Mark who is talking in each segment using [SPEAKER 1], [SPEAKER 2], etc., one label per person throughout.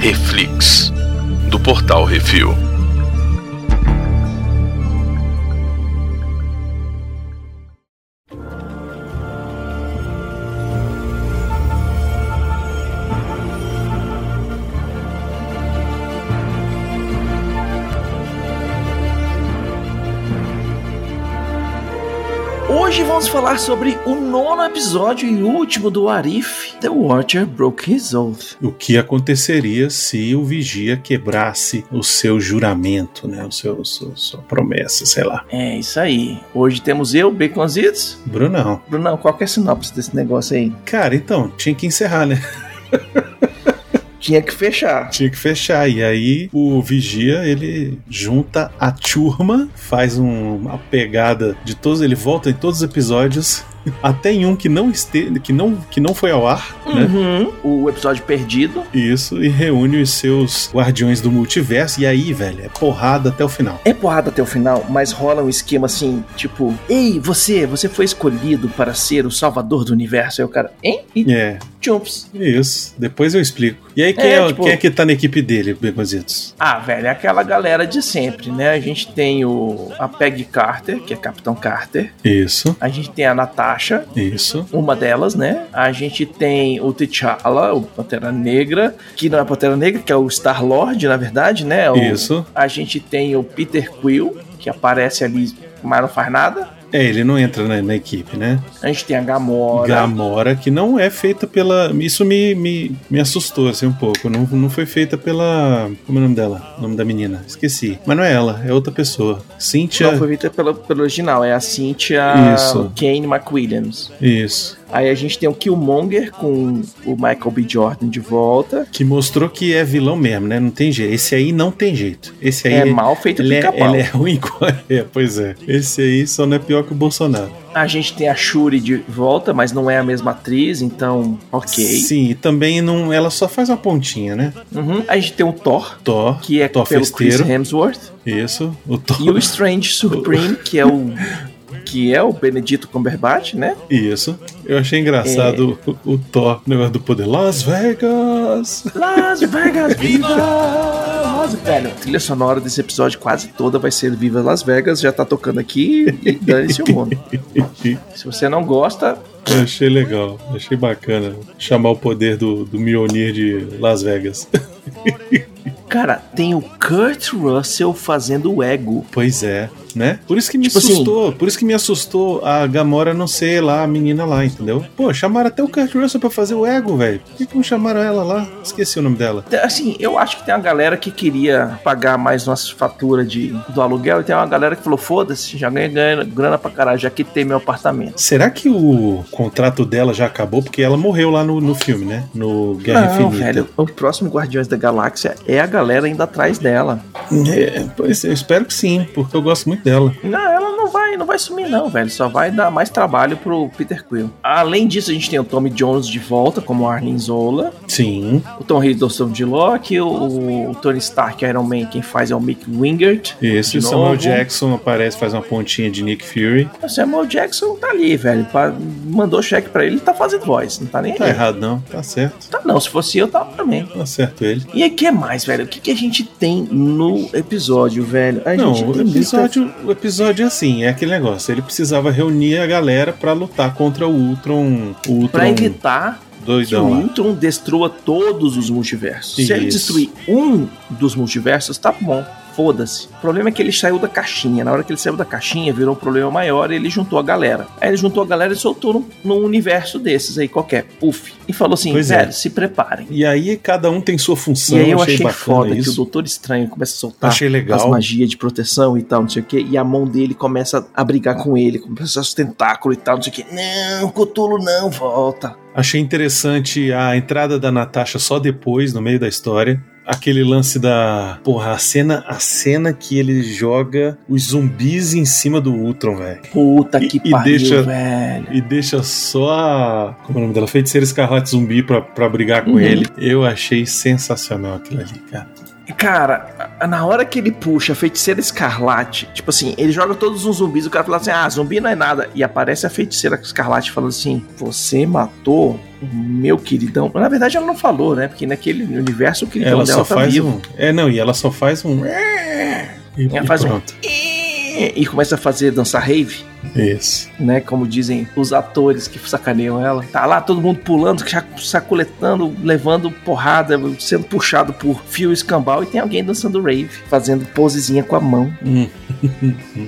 [SPEAKER 1] Reflix, do portal Refil.
[SPEAKER 2] Hoje vamos falar sobre o nono episódio e último do Arif, The Watcher Broke His Oath.
[SPEAKER 3] O que aconteceria se o vigia quebrasse o seu juramento, né? O seu, seu- sua promessa, sei lá.
[SPEAKER 2] É isso aí. Hoje temos eu, Baconzitos.
[SPEAKER 3] Brunão.
[SPEAKER 2] Brunão, qual que é a sinopse desse negócio aí?
[SPEAKER 3] Cara, então, tinha que encerrar, né?
[SPEAKER 2] Tinha que fechar.
[SPEAKER 3] Tinha que fechar. E aí o vigia, ele junta a turma, faz um- uma pegada de todos, ele volta em todos os episódios, até em um que não esteve, que não que não foi ao ar, né?
[SPEAKER 2] Uhum. O episódio perdido.
[SPEAKER 3] Isso, e reúne os seus guardiões do multiverso. E aí, velho, é porrada até o final.
[SPEAKER 2] É porrada até o final, mas rola um esquema assim, tipo, ei, você, você foi escolhido para ser o salvador do universo. Aí o cara, hein? E
[SPEAKER 3] É,
[SPEAKER 2] chumps.
[SPEAKER 3] Isso, depois eu explico. E aí, quem
[SPEAKER 2] É,
[SPEAKER 3] é,
[SPEAKER 2] tipo-
[SPEAKER 3] quem é que tá na equipe dele, Begonzitos?
[SPEAKER 2] Ah, velho, é aquela galera de sempre, né? A gente tem o a Peggy Carter, que é Capitão Carter.
[SPEAKER 3] Isso,
[SPEAKER 2] A gente tem a Natasha,
[SPEAKER 3] isso.
[SPEAKER 2] uma delas, né? A gente tem o T'Challa, o Pantera Negra, que não é Pantera Negra, que é o Star-Lord, na verdade, né? O-
[SPEAKER 3] Isso.
[SPEAKER 2] A gente tem o Peter Quill, que aparece ali, mas não faz nada.
[SPEAKER 3] É, ele não entra na, na equipe, né?
[SPEAKER 2] A gente tem a Gamora.
[SPEAKER 3] Gamora, que não é feita pela. Isso me, me, me assustou assim um pouco. Não, não foi feita pela. Como é o nome dela? O nome da menina? Esqueci. Mas não é ela, é outra pessoa. Cynthia.
[SPEAKER 2] Não foi feita pelo, pelo original, é a Cynthia
[SPEAKER 3] Isso.
[SPEAKER 2] Kane McWilliams.
[SPEAKER 3] Isso.
[SPEAKER 2] Aí a gente tem o Killmonger com o Michael B. Jordan de volta.
[SPEAKER 3] Que mostrou que é vilão mesmo, né? Não tem jeito. Esse aí não tem jeito. Esse aí.
[SPEAKER 2] é mal feito
[SPEAKER 3] ele é,
[SPEAKER 2] pica-pau.
[SPEAKER 3] ele é ruim. igual- É, pois é. Esse aí só não é pior que o Bolsonaro.
[SPEAKER 2] A gente tem a Shuri de volta, mas não é a mesma atriz, então, ok.
[SPEAKER 3] Sim, e também não, ela só faz uma pontinha, né?
[SPEAKER 2] Uhum. A gente tem o Thor,
[SPEAKER 3] Thor,
[SPEAKER 2] que é
[SPEAKER 3] Thor
[SPEAKER 2] pelo
[SPEAKER 3] festeiro,
[SPEAKER 2] Chris Hemsworth.
[SPEAKER 3] isso, o Thor,
[SPEAKER 2] E o Strange Supreme, que é o. Que é o Benedito Cumberbatch, né?
[SPEAKER 3] isso. Eu achei engraçado
[SPEAKER 2] É.
[SPEAKER 3] o, o Thor, o negócio do poder. Las Vegas!
[SPEAKER 2] Las Vegas, viva! Las Velho, a trilha sonora desse episódio quase toda vai ser Viva Las Vegas, já tá tocando aqui e dane-se o mundo. Se você não gosta,
[SPEAKER 3] Eu achei legal, achei bacana chamar o poder do, do Mjolnir de Las Vegas.
[SPEAKER 2] cara, tem o Kurt Russell fazendo o ego.
[SPEAKER 3] Pois é, né? Por isso que me
[SPEAKER 2] Tipo assim-
[SPEAKER 3] assustou, por isso que me assustou a Gamora não ser lá a menina lá, entendeu? Pô, chamaram até o Kurt Russell pra fazer o ego, velho. Por que, que não chamaram ela lá? Esqueci o nome dela.
[SPEAKER 2] Tem- Assim, eu acho que tem uma galera que queria pagar mais nossas faturas de, do aluguel e tem uma galera que falou: foda-se, já ganhei ganhei grana pra caralho, já quitei meu apartamento.
[SPEAKER 3] Será que o contrato dela já acabou? Porque ela morreu lá no, no filme, né? No Guerra
[SPEAKER 2] não,
[SPEAKER 3] Infinita.
[SPEAKER 2] velho, o próximo Guardiões da Galáxia é a galera ainda atrás dela.
[SPEAKER 3] É, pois eu espero que sim, porque eu gosto muito dela.
[SPEAKER 2] Não, ela não vai, não vai sumir não, velho. Só vai dar mais trabalho pro Peter Quill. Além disso, a gente tem o Tommy Jones de volta como Arlen Zola,
[SPEAKER 3] Sim,
[SPEAKER 2] o Tom Hiddleston de Loki, o, o Tony Stark Iron Man, quem faz é o Mick Wingert.
[SPEAKER 3] isso.
[SPEAKER 2] De
[SPEAKER 3] E Samuel
[SPEAKER 2] novo.
[SPEAKER 3] Jackson aparece, faz uma pontinha de Nick Fury.
[SPEAKER 2] O Samuel Jackson tá ali, velho. Pa- mandou cheque pra ele, ele tá fazendo voz, não tá nem
[SPEAKER 3] Tá
[SPEAKER 2] aí.
[SPEAKER 3] errado, não. Tá certo.
[SPEAKER 2] Tá não, se fosse eu, tava também.
[SPEAKER 3] Tá certo ele.
[SPEAKER 2] E aí, o que mais, velho? O que, que a gente tem no episódio, velho? A
[SPEAKER 3] Não,
[SPEAKER 2] gente
[SPEAKER 3] o
[SPEAKER 2] tem muita-
[SPEAKER 3] episódio, o episódio é assim, é aquele negócio. Ele precisava reunir a galera pra lutar contra o Ultron, o Ultron
[SPEAKER 2] Pra evitar que o
[SPEAKER 3] doidão lá.
[SPEAKER 2] Ultron destrua todos os multiversos. Se ele
[SPEAKER 3] Isso.
[SPEAKER 2] destruir um dos multiversos, tá bom. Foda-se. O problema é que ele saiu da caixinha. Na hora que ele saiu da caixinha, virou um problema maior e ele juntou a galera. Aí ele juntou a galera e soltou num, num universo desses aí, qualquer. Puf. E falou assim:
[SPEAKER 3] Pois é.
[SPEAKER 2] velho, se preparem.
[SPEAKER 3] E aí cada um tem sua
[SPEAKER 2] E
[SPEAKER 3] função.
[SPEAKER 2] aí eu achei,
[SPEAKER 3] bacana
[SPEAKER 2] foda que o Ah,
[SPEAKER 3] isso.
[SPEAKER 2] Doutor Estranho começa a soltar
[SPEAKER 3] Achei legal.
[SPEAKER 2] as magias de proteção e tal, não sei o que, e a mão dele começa a brigar com ele, começa os tentáculos e tal, não sei o que. Não, Cotulo não, volta.
[SPEAKER 3] Achei interessante a entrada da Natasha só depois, no meio da história. Aquele lance da. Porra, a cena, a cena que ele joga os zumbis em cima do Ultron, velho.
[SPEAKER 2] Puta
[SPEAKER 3] E-
[SPEAKER 2] que
[SPEAKER 3] e
[SPEAKER 2] pariu,
[SPEAKER 3] deixa-
[SPEAKER 2] velho.
[SPEAKER 3] E deixa só a. Como é o nome dela? Feiticeira Escarlate Zumbi pra, pra brigar com
[SPEAKER 2] Uhum.
[SPEAKER 3] ele. Eu achei sensacional aquilo ali, cara.
[SPEAKER 2] Cara, na hora que ele puxa a feiticeira escarlate, tipo assim, ele joga todos os zumbis, o cara fala assim: ah, zumbi não é nada. E aparece a feiticeira escarlate falando assim: você matou o meu queridão. Na verdade, ela não falou, né? Porque naquele universo o queridão
[SPEAKER 3] ela
[SPEAKER 2] dela
[SPEAKER 3] só
[SPEAKER 2] tá
[SPEAKER 3] faz
[SPEAKER 2] vivo.
[SPEAKER 3] um. É, não, e ela só faz um. E,
[SPEAKER 2] Ela
[SPEAKER 3] e
[SPEAKER 2] faz um.
[SPEAKER 3] pronto.
[SPEAKER 2] E começa a fazer dançar rave.
[SPEAKER 3] Isso.
[SPEAKER 2] né? Como dizem os atores que sacaneiam ela. Tá lá todo mundo pulando, cha- saculetando, levando porrada, sendo puxado por fio escambau e tem alguém dançando rave, fazendo posezinha com a mão.
[SPEAKER 3] Hum.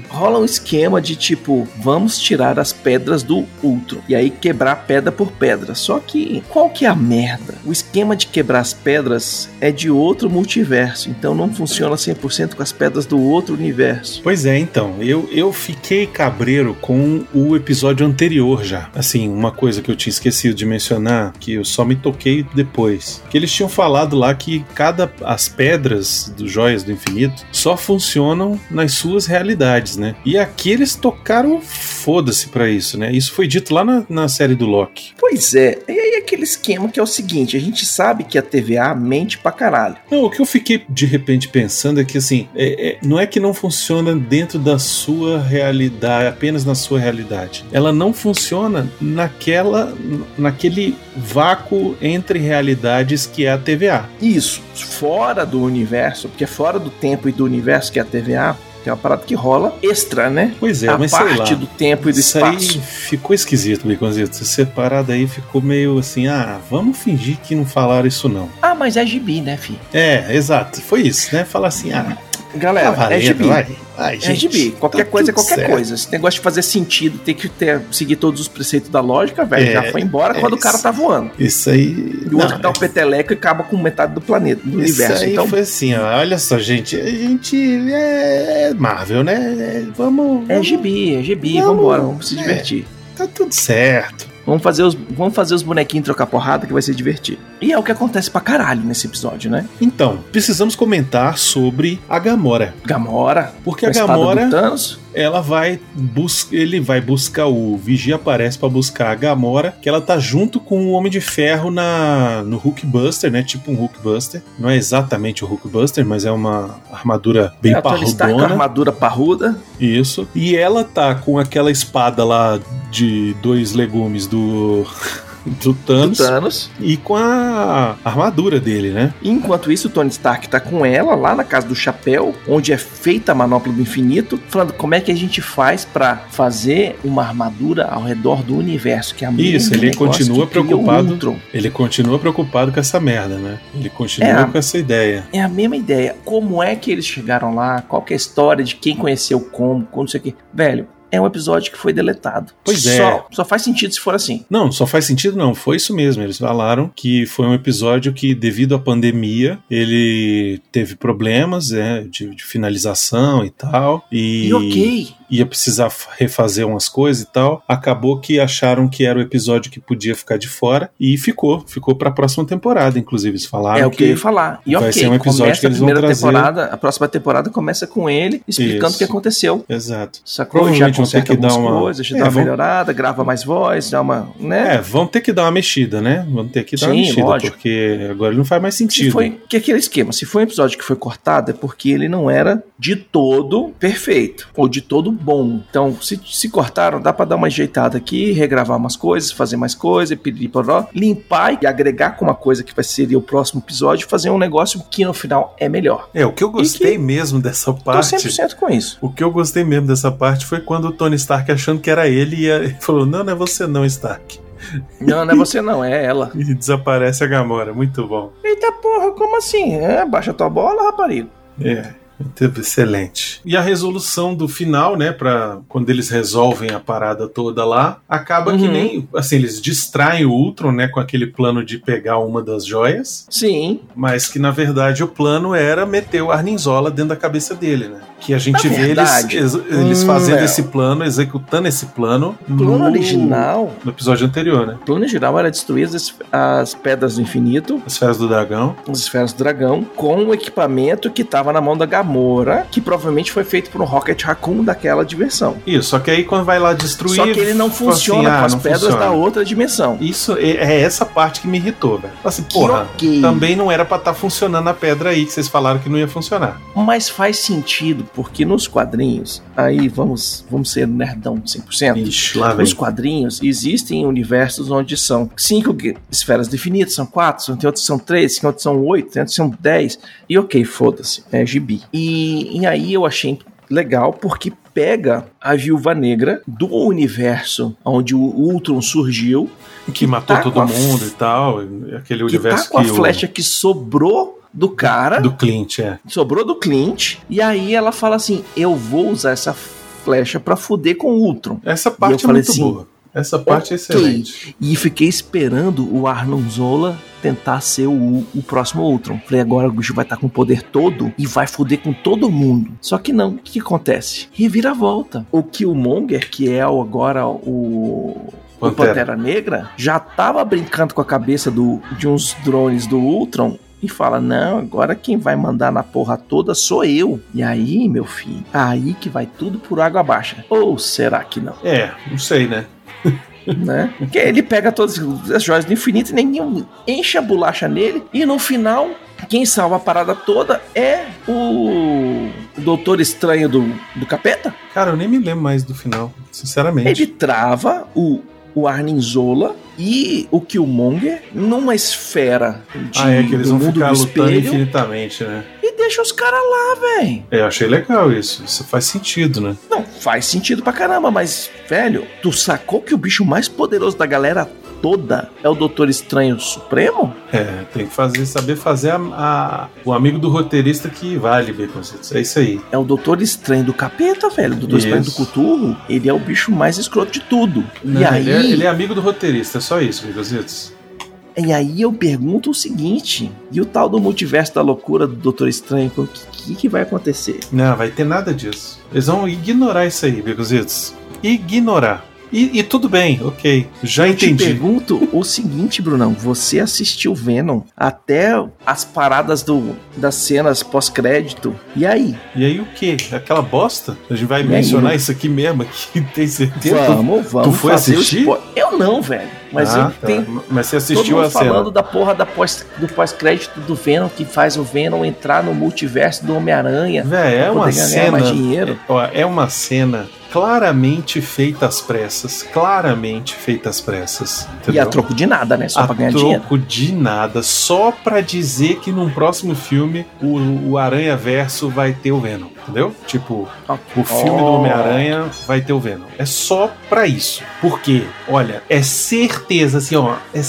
[SPEAKER 2] Rola um esquema de tipo, vamos tirar as pedras do outro e aí quebrar pedra por pedra. Só que qual que é a merda? O esquema de quebrar as pedras é de outro multiverso, então não funciona 100% com as pedras do outro universo.
[SPEAKER 3] Pois é, então, eu, eu fiquei cabreiro com o episódio anterior já. Assim, uma coisa que eu tinha esquecido de mencionar, que eu só me toquei depois. Que eles tinham falado lá que cada. as pedras dos joias do infinito só funcionam nas suas realidades, né? E aqui eles tocaram foda-se pra isso, né? Isso foi dito lá na, na série do Loki.
[SPEAKER 2] Pois é, e aí aquele esquema que é o seguinte, a gente sabe que a TVA mente pra caralho.
[SPEAKER 3] Não, o que eu fiquei de repente pensando é que assim, é- é- não é que não funciona dentro da sua realidade, apenas na sua realidade. Ela não funciona naquela, naquele vácuo entre realidades que é a TVA.
[SPEAKER 2] Isso, fora do universo, porque é fora do tempo e do universo que é a TVA, que é uma parada que rola extra, né?
[SPEAKER 3] Pois é,
[SPEAKER 2] a
[SPEAKER 3] mas sei lá.
[SPEAKER 2] parte do tempo e do
[SPEAKER 3] Isso
[SPEAKER 2] espaço.
[SPEAKER 3] aí ficou esquisito, Biconzito. Essa parada aí ficou meio assim, ah, vamos fingir que não falaram isso não.
[SPEAKER 2] Ah, mas é gibi, né, fi?
[SPEAKER 3] É, exato. Foi isso, né? Falar assim, ah,
[SPEAKER 2] Galera,
[SPEAKER 3] tá valendo,
[SPEAKER 2] é gibi.
[SPEAKER 3] vai. Ai,
[SPEAKER 2] é
[SPEAKER 3] gente,
[SPEAKER 2] gibi. Qualquer
[SPEAKER 3] tá
[SPEAKER 2] coisa é
[SPEAKER 3] tudo
[SPEAKER 2] qualquer
[SPEAKER 3] certo.
[SPEAKER 2] coisa. Esse negócio de fazer sentido, tem que ter, seguir todos os preceitos da lógica, velho,
[SPEAKER 3] É,
[SPEAKER 2] já foi embora
[SPEAKER 3] é
[SPEAKER 2] quando o cara
[SPEAKER 3] isso.
[SPEAKER 2] tá voando.
[SPEAKER 3] Isso aí. é
[SPEAKER 2] E o outro que dá um peteleco e acaba com metade do planeta, do universo.
[SPEAKER 3] Isso aí
[SPEAKER 2] Então,
[SPEAKER 3] foi assim, ó, olha só, gente, a gente é é Marvel, né? É, Vamos,
[SPEAKER 2] é
[SPEAKER 3] vamos-
[SPEAKER 2] gibi, é gibi,
[SPEAKER 3] Vamos,
[SPEAKER 2] vambora, vamos se
[SPEAKER 3] é.
[SPEAKER 2] divertir.
[SPEAKER 3] tá tudo certo.
[SPEAKER 2] Vamos fazer, os, vamos fazer os bonequinhos trocar porrada que vai ser divertido. E é o que acontece pra caralho nesse episódio, né?
[SPEAKER 3] Então, precisamos comentar sobre a Gamora,
[SPEAKER 2] Gamora, com
[SPEAKER 3] porque a
[SPEAKER 2] a espada do
[SPEAKER 3] Gamora,
[SPEAKER 2] Thanos.
[SPEAKER 3] ela vai bus ele vai buscar o Vigia aparece pra buscar a Gamora, que ela tá junto com o Homem de Ferro na no Hulkbuster, né? Tipo um Hulkbuster. Não é exatamente o Hulkbuster, mas é uma armadura bem
[SPEAKER 2] É, a Tony Stark com a
[SPEAKER 3] parrudona.
[SPEAKER 2] armadura parruda.
[SPEAKER 3] Isso. E ela tá com aquela espada lá de dois legumes do. do
[SPEAKER 2] Do
[SPEAKER 3] Thanos.
[SPEAKER 2] Thanos.
[SPEAKER 3] E com a armadura dele, né?
[SPEAKER 2] E Enquanto isso, o Tony Stark tá com ela lá na casa do chapéu, onde é feita a manopla do infinito, falando como é que a gente faz pra fazer uma armadura ao redor do universo, que é a
[SPEAKER 3] Isso,
[SPEAKER 2] mesma
[SPEAKER 3] ele
[SPEAKER 2] negócio
[SPEAKER 3] continua
[SPEAKER 2] que criou
[SPEAKER 3] preocupado.
[SPEAKER 2] o Ultron.
[SPEAKER 3] Ele continua preocupado com essa merda, né? Ele continua
[SPEAKER 2] É.
[SPEAKER 3] com essa ideia.
[SPEAKER 2] É a mesma ideia. Como é que eles chegaram lá? Qual que é a história de quem conheceu como, como não sei o quê. Velho, é um episódio que foi deletado.
[SPEAKER 3] Pois é.
[SPEAKER 2] só, Só faz sentido se for assim.
[SPEAKER 3] Não, só faz sentido não, foi isso mesmo. Eles falaram que foi um episódio que, devido à pandemia, ele teve problemas né, de, de finalização e tal.
[SPEAKER 2] E,
[SPEAKER 3] E,
[SPEAKER 2] ok.
[SPEAKER 3] ia precisar f- refazer umas coisas e tal. Acabou que acharam que era o episódio que podia ficar de fora e ficou, ficou para a próxima temporada, inclusive eles falaram
[SPEAKER 2] é o que eu
[SPEAKER 3] que
[SPEAKER 2] ia falar. E
[SPEAKER 3] vai
[SPEAKER 2] ok,
[SPEAKER 3] ser um episódio
[SPEAKER 2] começa
[SPEAKER 3] que
[SPEAKER 2] a
[SPEAKER 3] eles vão
[SPEAKER 2] primeira
[SPEAKER 3] trazer.
[SPEAKER 2] temporada, a próxima temporada começa com ele explicando
[SPEAKER 3] Isso.
[SPEAKER 2] o que aconteceu.
[SPEAKER 3] Exato.
[SPEAKER 2] Sacou? Já
[SPEAKER 3] Provavelmente vão ter
[SPEAKER 2] conserta
[SPEAKER 3] que dar
[SPEAKER 2] algumas
[SPEAKER 3] uma-
[SPEAKER 2] coisas, já
[SPEAKER 3] É,
[SPEAKER 2] dá uma
[SPEAKER 3] vão-
[SPEAKER 2] melhorada, grava mais voz, dá uma. né?
[SPEAKER 3] É, vão ter que dar uma mexida, né? Vão ter que dar uma
[SPEAKER 2] Sim,
[SPEAKER 3] mexida,
[SPEAKER 2] lógico.
[SPEAKER 3] porque agora não faz mais
[SPEAKER 2] Se
[SPEAKER 3] sentido.
[SPEAKER 2] foi, que é aquele esquema, se foi um episódio que foi cortado, é porque ele não era de todo perfeito, ou de todo bom. Então, se, se cortaram, dá pra dar uma ajeitada aqui, regravar umas coisas, fazer mais coisa, piriporó, limpar e agregar com uma coisa que vai ser o próximo episódio, fazer um negócio que no final é melhor.
[SPEAKER 3] É, o que eu
[SPEAKER 2] gostei
[SPEAKER 3] mesmo dessa
[SPEAKER 2] Tô 100% com isso.
[SPEAKER 3] O que eu gostei mesmo dessa parte foi quando o Tony Stark achando que era ele e ele falou: Não, não é você, não, Stark.
[SPEAKER 2] Não, não é você não, é ela.
[SPEAKER 3] E desaparece a Gamora. Muito bom.
[SPEAKER 2] Eita porra, como assim? É, baixa tua bola, rapariga.
[SPEAKER 3] É, excelente. E a resolução do final, né, para quando eles resolvem a parada toda lá, acaba que
[SPEAKER 2] Uhum.
[SPEAKER 3] nem, assim, eles distraem o Ultron, né, com aquele plano de pegar uma das joias,
[SPEAKER 2] Sim,
[SPEAKER 3] mas que na verdade o plano era meter o Arninzola dentro da cabeça dele, né? Que a gente
[SPEAKER 2] Na
[SPEAKER 3] vê
[SPEAKER 2] verdade,
[SPEAKER 3] eles, ex- eles
[SPEAKER 2] hum,
[SPEAKER 3] fazendo
[SPEAKER 2] é.
[SPEAKER 3] esse plano, executando esse plano.
[SPEAKER 2] O plano
[SPEAKER 3] no-
[SPEAKER 2] original.
[SPEAKER 3] No episódio anterior, né?
[SPEAKER 2] O plano original era destruir as, as pedras do infinito,
[SPEAKER 3] As feras do dragão.
[SPEAKER 2] as um esferas do dragão, com o equipamento que tava na mão da Gamora, que provavelmente foi feito por um Rocket Raccoon daquela diversão.
[SPEAKER 3] Isso, só que aí quando vai lá destruir.
[SPEAKER 2] Só que ele não
[SPEAKER 3] fala assim,
[SPEAKER 2] funciona
[SPEAKER 3] ah,
[SPEAKER 2] com as
[SPEAKER 3] não
[SPEAKER 2] pedras
[SPEAKER 3] funciona.
[SPEAKER 2] da outra dimensão.
[SPEAKER 3] Isso é, é essa parte que me irritou, velho. Fala Assim,
[SPEAKER 2] Que
[SPEAKER 3] porra,
[SPEAKER 2] ok,
[SPEAKER 3] também não era pra estar funcionando a pedra aí que vocês falaram que não ia funcionar.
[SPEAKER 2] Mas faz sentido, porque nos quadrinhos, aí vamos, vamos ser nerdão 100%.
[SPEAKER 3] Ixi, lá
[SPEAKER 2] Nos quadrinhos existem universos onde são cinco gu- esferas definidas, são quatro, tem outros que são três, tem outros que são oito, tem outros que são dez. E ok, foda-se, é gibi. E, e aí eu achei legal porque pega a viúva negra do universo onde o Ultron surgiu,
[SPEAKER 3] Que matou
[SPEAKER 2] tá com
[SPEAKER 3] todo
[SPEAKER 2] a-
[SPEAKER 3] mundo e tal. e Aquele
[SPEAKER 2] que tá
[SPEAKER 3] universo
[SPEAKER 2] com a
[SPEAKER 3] que o-
[SPEAKER 2] flecha que sobrou do cara,
[SPEAKER 3] do Clint, é.
[SPEAKER 2] sobrou do Clint, e aí ela fala assim: eu vou usar essa flecha pra fuder com o Ultron.
[SPEAKER 3] Essa parte é
[SPEAKER 2] falei
[SPEAKER 3] muito
[SPEAKER 2] assim,
[SPEAKER 3] boa. Essa parte é excelente.
[SPEAKER 2] E fiquei esperando o Arnon Zola tentar ser o, o próximo Ultron. Falei, agora o bicho vai estar com o poder todo e vai foder com todo mundo. Só que não, o que, que acontece? Reviravolta. O Killmonger, que é o, agora o. o
[SPEAKER 3] Pantera.
[SPEAKER 2] Pantera Negra já tava brincando com a cabeça do- de uns drones do Ultron e fala: Não, agora quem vai mandar na porra toda sou eu. E aí, meu filho, aí que vai tudo por água abaixo. Ou será que não?
[SPEAKER 3] É, não sei, né?
[SPEAKER 2] né? Porque ele pega todas as joias do infinito, nenhum enche a bolacha nele, e no final, quem salva a parada toda é o Doutor Estranho do, do Capeta.
[SPEAKER 3] Cara, eu nem me lembro mais do final, sinceramente.
[SPEAKER 2] Ele trava o, o Arnim Zola e o Killmonger numa esfera de,
[SPEAKER 3] ah, é que eles
[SPEAKER 2] do
[SPEAKER 3] vão
[SPEAKER 2] mundo
[SPEAKER 3] ficar
[SPEAKER 2] do
[SPEAKER 3] lutando
[SPEAKER 2] espelho
[SPEAKER 3] infinitamente, né?
[SPEAKER 2] e deixa os caras lá, velho.
[SPEAKER 3] É, eu achei legal isso. Isso faz sentido, né?
[SPEAKER 2] Não, faz sentido pra caramba, mas, velho, tu sacou que o bicho mais poderoso da galera toda é o Doutor Estranho Supremo?
[SPEAKER 3] É, tem que fazer, saber fazer a, a- o amigo do roteirista que vale, Baconzitos. É isso aí.
[SPEAKER 2] É o Doutor Estranho do Capeta, velho. O Doutor
[SPEAKER 3] Isso.
[SPEAKER 2] Estranho do Cuturro, ele é o bicho mais escroto de tudo.
[SPEAKER 3] Não,
[SPEAKER 2] e, aí,
[SPEAKER 3] ele, é, ele é amigo do roteirista, é só isso, Baconzitos.
[SPEAKER 2] e aí eu pergunto o seguinte: e o tal do multiverso da loucura do Doutor Estranho? O que, que, que vai acontecer?
[SPEAKER 3] Não, vai ter nada disso. Eles vão ignorar isso aí, Baconzitos. Ignorar. E, e tudo bem, ok. Já
[SPEAKER 2] Eu te
[SPEAKER 3] entendi.
[SPEAKER 2] pergunto o seguinte, Brunão. Você assistiu Venom até as paradas do, das cenas pós-crédito. E aí?
[SPEAKER 3] E aí o quê? Aquela bosta? A gente vai
[SPEAKER 2] E aí,
[SPEAKER 3] mencionar
[SPEAKER 2] né?
[SPEAKER 3] isso aqui mesmo, aqui tem certeza?
[SPEAKER 2] vamos, vamos.
[SPEAKER 3] foi
[SPEAKER 2] fazer o
[SPEAKER 3] assistir?
[SPEAKER 2] spo- Eu não, velho. Mas
[SPEAKER 3] Ah,
[SPEAKER 2] eu
[SPEAKER 3] tá.
[SPEAKER 2] tenho
[SPEAKER 3] Mas você
[SPEAKER 2] Todo
[SPEAKER 3] assistiu
[SPEAKER 2] mundo
[SPEAKER 3] a cena.
[SPEAKER 2] falando da porra da pós, do pós-crédito do Venom, que faz o Venom entrar no multiverso do Homem-Aranha.
[SPEAKER 3] Véi, é
[SPEAKER 2] pra
[SPEAKER 3] uma
[SPEAKER 2] poder ganhar
[SPEAKER 3] cena.
[SPEAKER 2] mais dinheiro.
[SPEAKER 3] Ó, é uma cena claramente feita às pressas. Claramente feita às pressas.
[SPEAKER 2] E
[SPEAKER 3] entendeu?
[SPEAKER 2] a troco de nada, né? Só
[SPEAKER 3] a
[SPEAKER 2] pra ganhar dinheiro.
[SPEAKER 3] troco de nada, só pra dizer que num próximo filme o, o Aranha Verso vai ter o Venom, entendeu? Tipo, o filme do
[SPEAKER 2] Oh.
[SPEAKER 3] Homem-Aranha vai ter o Venom. É só pra isso. Porque, olha, é certeza, assim, ó, é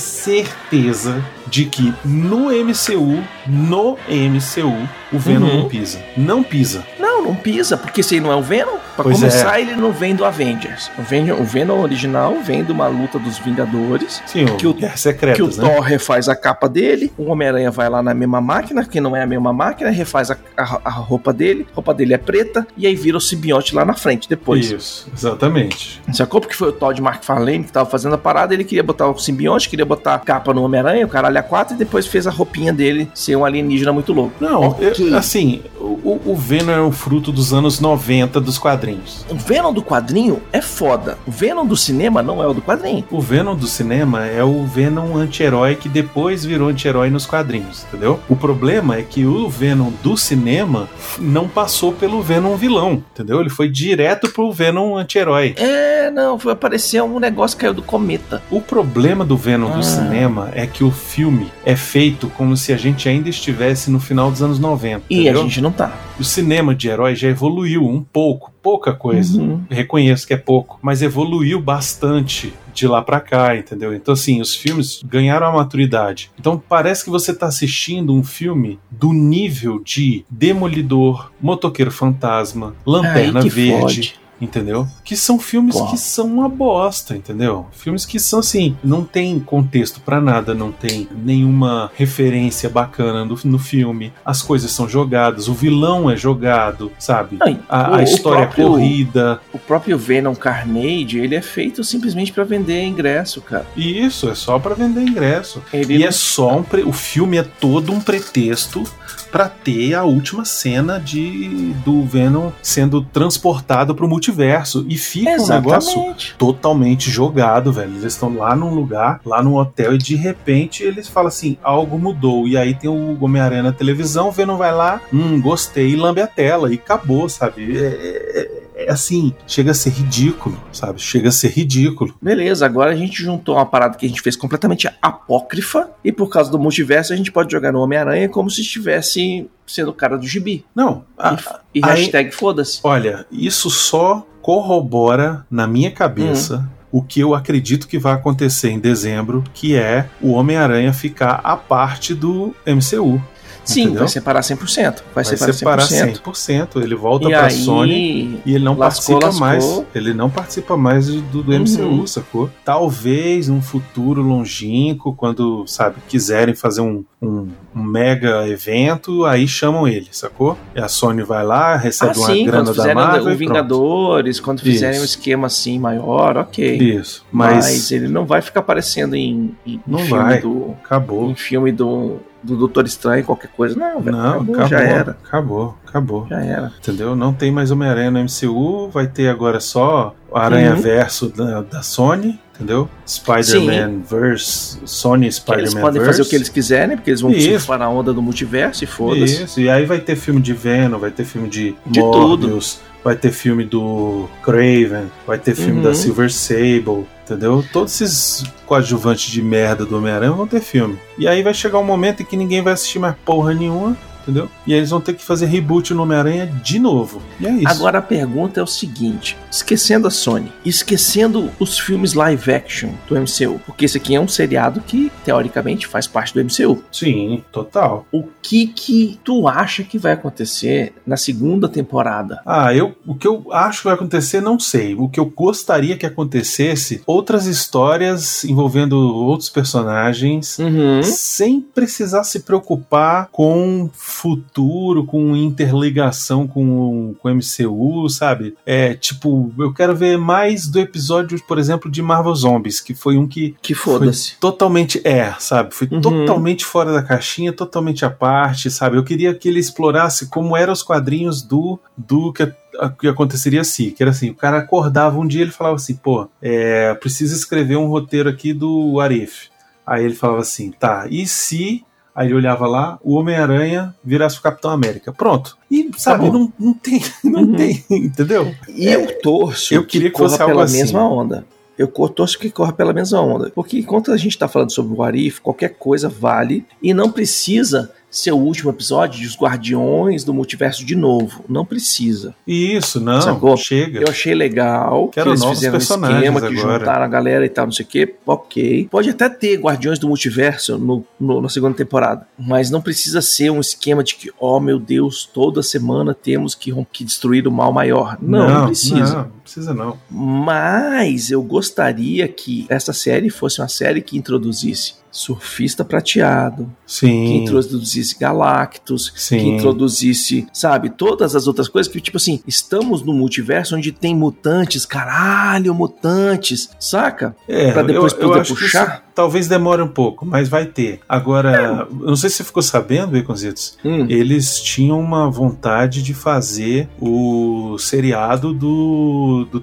[SPEAKER 3] certeza de que no MCU, no MCU, o Venom
[SPEAKER 2] Uhum.
[SPEAKER 3] não pisa. Não pisa.
[SPEAKER 2] Não, não pisa, porque se ele não é o Venom, pra
[SPEAKER 3] Pois é.
[SPEAKER 2] começar, ele não vem do Avengers. O Venom, o Venom original vem de uma luta dos Vingadores.
[SPEAKER 3] Sim,
[SPEAKER 2] Que o-
[SPEAKER 3] Guerra
[SPEAKER 2] Que o
[SPEAKER 3] Secretas, né?
[SPEAKER 2] Thor refaz a capa dele, o Homem-Aranha vai lá na mesma máquina, que não é a mesma máquina, refaz a, a- a roupa dele, a roupa dele é preta, e aí vira o simbionte lá na frente depois.
[SPEAKER 3] Isso, exatamente.
[SPEAKER 2] Sacou? Porque foi o tal de Mark Farlane que tava fazendo a parada, ele queria botar o simbionte, queria botar a capa no Homem-Aranha, o caralho a quatro, e depois fez a roupinha dele ser um alienígena muito louco.
[SPEAKER 3] Não,
[SPEAKER 2] Ok.
[SPEAKER 3] eu- assim, o, o Venom é um fruto dos anos 90 dos quadrinhos.
[SPEAKER 2] O Venom do quadrinho é foda. O Venom do cinema não é o do quadrinho.
[SPEAKER 3] O Venom do cinema é o Venom anti-herói que depois virou anti-herói nos quadrinhos, entendeu? O problema é que o Venom do cinema não passou pelo Venom vilão, entendeu? Ele foi direto pro Venom anti-herói.
[SPEAKER 2] É, não, foi aparecer um negócio que caiu do cometa.
[SPEAKER 3] O problema do Venom
[SPEAKER 2] Ah.
[SPEAKER 3] do cinema é que o filme é feito como se a gente ainda estivesse no final dos anos 90.
[SPEAKER 2] E
[SPEAKER 3] entendeu?
[SPEAKER 2] a gente não tá.
[SPEAKER 3] O cinema de herói já evoluiu um pouco, pouca coisa.
[SPEAKER 2] Uhum.
[SPEAKER 3] reconheço que é pouco, mas evoluiu bastante de lá pra cá, entendeu? Então assim, os filmes ganharam a maturidade. Então parece que você tá assistindo um filme do nível de Demolidor, Motoqueiro Fantasma,
[SPEAKER 2] Aí
[SPEAKER 3] Lanterna
[SPEAKER 2] que
[SPEAKER 3] Verde,
[SPEAKER 2] fode.
[SPEAKER 3] entendeu? Que são filmes
[SPEAKER 2] Porra.
[SPEAKER 3] que são uma bosta, entendeu? Filmes que são assim, não tem contexto pra nada, não tem nenhuma referência bacana no, no filme, as coisas são jogadas, o vilão é jogado, sabe?
[SPEAKER 2] Não, e
[SPEAKER 3] A,
[SPEAKER 2] o-
[SPEAKER 3] a
[SPEAKER 2] o
[SPEAKER 3] história é
[SPEAKER 2] próprio-
[SPEAKER 3] corrida,
[SPEAKER 2] O próprio Venom Carnage, ele é feito simplesmente pra vender ingresso, cara.
[SPEAKER 3] e isso é só pra vender ingresso.
[SPEAKER 2] Ele
[SPEAKER 3] E
[SPEAKER 2] não-
[SPEAKER 3] é só um pre- o filme é todo um pretexto pra ter a última cena de do Venom sendo transportado pro multiverso e fica um negócio
[SPEAKER 2] Exatamente.
[SPEAKER 3] totalmente jogado, velho. Eles estão lá num lugar, lá num hotel, e de repente eles falam assim: algo mudou. E aí tem o Homem-Aranha na televisão, o Venom vai lá, hum, gostei, e lambe a tela, e acabou, sabe? É, é- é- é assim, chega a ser ridículo, sabe? Chega a ser ridículo.
[SPEAKER 2] Beleza, agora a gente juntou uma parada que a gente fez completamente apócrifa, e por causa do multiverso a gente pode jogar no Homem-Aranha como se estivesse sendo o cara do gibi.
[SPEAKER 3] Não, a-
[SPEAKER 2] e e
[SPEAKER 3] Ah, aí-
[SPEAKER 2] hashtag foda-se.
[SPEAKER 3] olha, isso só corrobora na minha cabeça.
[SPEAKER 2] Hum.
[SPEAKER 3] O que eu acredito que vai acontecer em dezembro, que é o Homem-Aranha ficar a parte do MCU.
[SPEAKER 2] Sim,
[SPEAKER 3] Entendeu?
[SPEAKER 2] vai separar 100%. Vai,
[SPEAKER 3] Vai
[SPEAKER 2] separar,
[SPEAKER 3] separar
[SPEAKER 2] 100%.
[SPEAKER 3] 100%. Ele volta
[SPEAKER 2] E
[SPEAKER 3] pra
[SPEAKER 2] aí, ah,
[SPEAKER 3] Sony e ele não
[SPEAKER 2] lascou,
[SPEAKER 3] participa
[SPEAKER 2] lascou.
[SPEAKER 3] mais. Ele não participa mais de- do, do
[SPEAKER 2] Uhum.
[SPEAKER 3] MCU, sacou? Talvez num futuro longínquo, quando, sabe, quiserem fazer um, um- um mega evento, aí chamam ele, sacou? E a Sony vai lá, recebe
[SPEAKER 2] Ah,
[SPEAKER 3] uma
[SPEAKER 2] sim,
[SPEAKER 3] grana
[SPEAKER 2] quando
[SPEAKER 3] da
[SPEAKER 2] fizerem
[SPEAKER 3] Marvel.
[SPEAKER 2] o
[SPEAKER 3] e pronto.
[SPEAKER 2] Vingadores, quando fizerem
[SPEAKER 3] Isso.
[SPEAKER 2] um esquema assim maior, ok.
[SPEAKER 3] Isso.
[SPEAKER 2] Mas...
[SPEAKER 3] Mas,
[SPEAKER 2] ele não vai ficar aparecendo em, em,
[SPEAKER 3] Não
[SPEAKER 2] em
[SPEAKER 3] vai.
[SPEAKER 2] filme, do,
[SPEAKER 3] acabou.
[SPEAKER 2] em filme do, do Doutor Estranho, qualquer coisa. Não, velho,
[SPEAKER 3] Não,
[SPEAKER 2] acabou,
[SPEAKER 3] acabou,
[SPEAKER 2] já era.
[SPEAKER 3] acabou, acabou.
[SPEAKER 2] Já era.
[SPEAKER 3] Entendeu? Não tem mais Homem-Aranha no MCU, vai ter agora só o Aranha
[SPEAKER 2] Uhum.
[SPEAKER 3] Verso da, da Sony, entendeu? Spider-Man Verse, Sony
[SPEAKER 2] eles
[SPEAKER 3] Spider-Man
[SPEAKER 2] podem
[SPEAKER 3] Verse.
[SPEAKER 2] fazer o que eles quiserem, porque eles vão
[SPEAKER 3] Isso.
[SPEAKER 2] surfar na onda do multiverso e foda-se.
[SPEAKER 3] Isso, e aí vai ter filme de Venom, vai ter filme de,
[SPEAKER 2] De
[SPEAKER 3] Morbius, vai ter filme do Craven, vai ter filme
[SPEAKER 2] Uhum.
[SPEAKER 3] da Silver Sable, entendeu? Todos esses coadjuvantes de merda do Homem-Aranha vão ter filme. E aí vai chegar um momento em que ninguém vai assistir mais porra nenhuma, entendeu? E aí eles vão ter que fazer reboot no Homem-Aranha de novo. E é isso.
[SPEAKER 2] Agora a pergunta é o seguinte: esquecendo a Sony, esquecendo os filmes live action do MCU, porque esse aqui é um seriado que teoricamente faz parte do MCU.
[SPEAKER 3] Sim, total.
[SPEAKER 2] o que que tu acha que vai acontecer na segunda temporada?
[SPEAKER 3] Ah, eu, o que eu acho que vai acontecer, não sei. O que eu gostaria que acontecesse, outras histórias envolvendo outros personagens,
[SPEAKER 2] Uhum.
[SPEAKER 3] sem precisar se preocupar com futuro, com interligação com, com o MCU, sabe? É, tipo, eu quero ver mais do episódio, por exemplo, de Marvel Zombies, que foi um que
[SPEAKER 2] Que foda-se.
[SPEAKER 3] totalmente é, sabe? Foi
[SPEAKER 2] Uhum.
[SPEAKER 3] totalmente fora da caixinha, totalmente à parte, sabe? Eu queria que ele explorasse como eram os quadrinhos do do que a- que aconteceria assim, que era assim, o cara acordava um dia e ele falava assim, pô, é, preciso escrever um roteiro aqui do Arif. Aí ele falava assim, tá, e se... Aí ele olhava lá, o Homem-Aranha virasse o Capitão América. Pronto. E, sabe,
[SPEAKER 2] bom.
[SPEAKER 3] não, não tem, não
[SPEAKER 2] Uhum.
[SPEAKER 3] tem, entendeu?
[SPEAKER 2] E eu torço
[SPEAKER 3] É, eu queria que
[SPEAKER 2] corra
[SPEAKER 3] fosse algo
[SPEAKER 2] pela
[SPEAKER 3] assim.
[SPEAKER 2] mesma onda. Eu co- torço que corra pela mesma onda. Porque enquanto a gente tá falando sobre o Arif, qualquer coisa vale e não precisa ser o último episódio de Os Guardiões do Multiverso de novo. Não precisa.
[SPEAKER 3] E isso, não,
[SPEAKER 2] Sacou?
[SPEAKER 3] chega.
[SPEAKER 2] Eu achei legal
[SPEAKER 3] Quero
[SPEAKER 2] que eles
[SPEAKER 3] novos
[SPEAKER 2] fizeram um
[SPEAKER 3] personagens
[SPEAKER 2] esquema, que
[SPEAKER 3] agora.
[SPEAKER 2] juntaram a galera e tal, não sei o quê. Ok. Pode até ter Guardiões do Multiverso no, no- na segunda temporada, mas não precisa ser um esquema de que, oh meu Deus, toda semana temos que, rom- que destruir o mal maior. Não, não, precisa.
[SPEAKER 3] Não, não precisa não.
[SPEAKER 2] Mas eu gostaria que essa série fosse uma série que introduzisse Surfista Prateado,
[SPEAKER 3] Sim.
[SPEAKER 2] que introduzisse Galactus,
[SPEAKER 3] Sim.
[SPEAKER 2] que introduzisse, sabe, todas as outras coisas que, tipo assim, estamos no multiverso onde tem mutantes, caralho, mutantes, saca?
[SPEAKER 3] É,
[SPEAKER 2] Pra depois
[SPEAKER 3] eu,
[SPEAKER 2] poder
[SPEAKER 3] eu acho que
[SPEAKER 2] puxar? É.
[SPEAKER 3] isso talvez demore um pouco, mas vai ter. Agora, eu não sei se você ficou sabendo, Baconzitos,
[SPEAKER 2] Hum.
[SPEAKER 3] eles tinham uma vontade de fazer o seriado do, do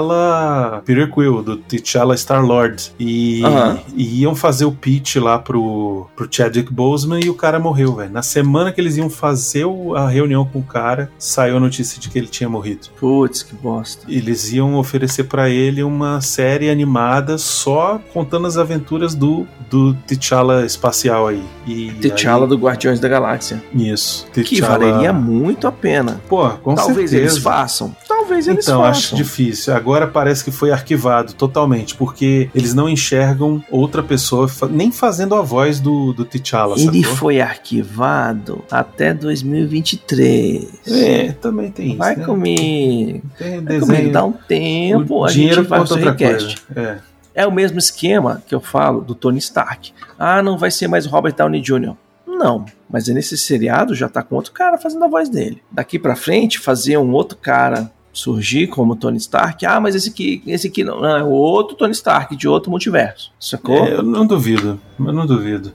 [SPEAKER 3] T'Challa Peter Quill, do T'Challa Star-Lord. E,
[SPEAKER 2] Aham.
[SPEAKER 3] e iam fazer o pitch lá pro, pro Chadwick Boseman e o cara morreu, velho. Na semana que eles iam fazer o- a reunião com o cara, saiu a notícia de que ele tinha morrido.
[SPEAKER 2] Putz, que bosta.
[SPEAKER 3] Eles iam oferecer pra ele uma série animada só contando as aventuras do, do T'Challa espacial aí. E
[SPEAKER 2] T'Challa do Guardiões da Galáxia.
[SPEAKER 3] aí- Isso.
[SPEAKER 2] Que
[SPEAKER 3] T'Challa-
[SPEAKER 2] valeria muito a pena.
[SPEAKER 3] Pô, com
[SPEAKER 2] Talvez
[SPEAKER 3] certeza.
[SPEAKER 2] eles façam. Talvez eles
[SPEAKER 3] então, acho
[SPEAKER 2] façam.
[SPEAKER 3] difícil. Agora parece que foi arquivado totalmente, porque eles não enxergam outra pessoa fa- nem fazendo a voz do, do T'Challa,
[SPEAKER 2] Ele
[SPEAKER 3] sacou?
[SPEAKER 2] foi arquivado até 2023.
[SPEAKER 3] É, também tem isso.
[SPEAKER 2] Vai
[SPEAKER 3] né?
[SPEAKER 2] comigo. Vai
[SPEAKER 3] Tem
[SPEAKER 2] comigo.
[SPEAKER 3] desenho.
[SPEAKER 2] Dá um tempo,
[SPEAKER 3] o
[SPEAKER 2] a
[SPEAKER 3] dinheiro
[SPEAKER 2] gente faz
[SPEAKER 3] conta
[SPEAKER 2] o
[SPEAKER 3] outra
[SPEAKER 2] request.
[SPEAKER 3] coisa. É.
[SPEAKER 2] É o mesmo esquema que eu falo do Tony Stark. Ah, não vai ser mais Robert Downey Jr. Não, mas é nesse seriado já tá com outro cara fazendo a voz dele. Daqui pra frente, fazer um outro cara surgir como Tony Stark. Ah, mas esse aqui, esse aqui não, não é o outro Tony Stark de outro multiverso. Sacou?
[SPEAKER 3] É, eu não duvido, eu não duvido.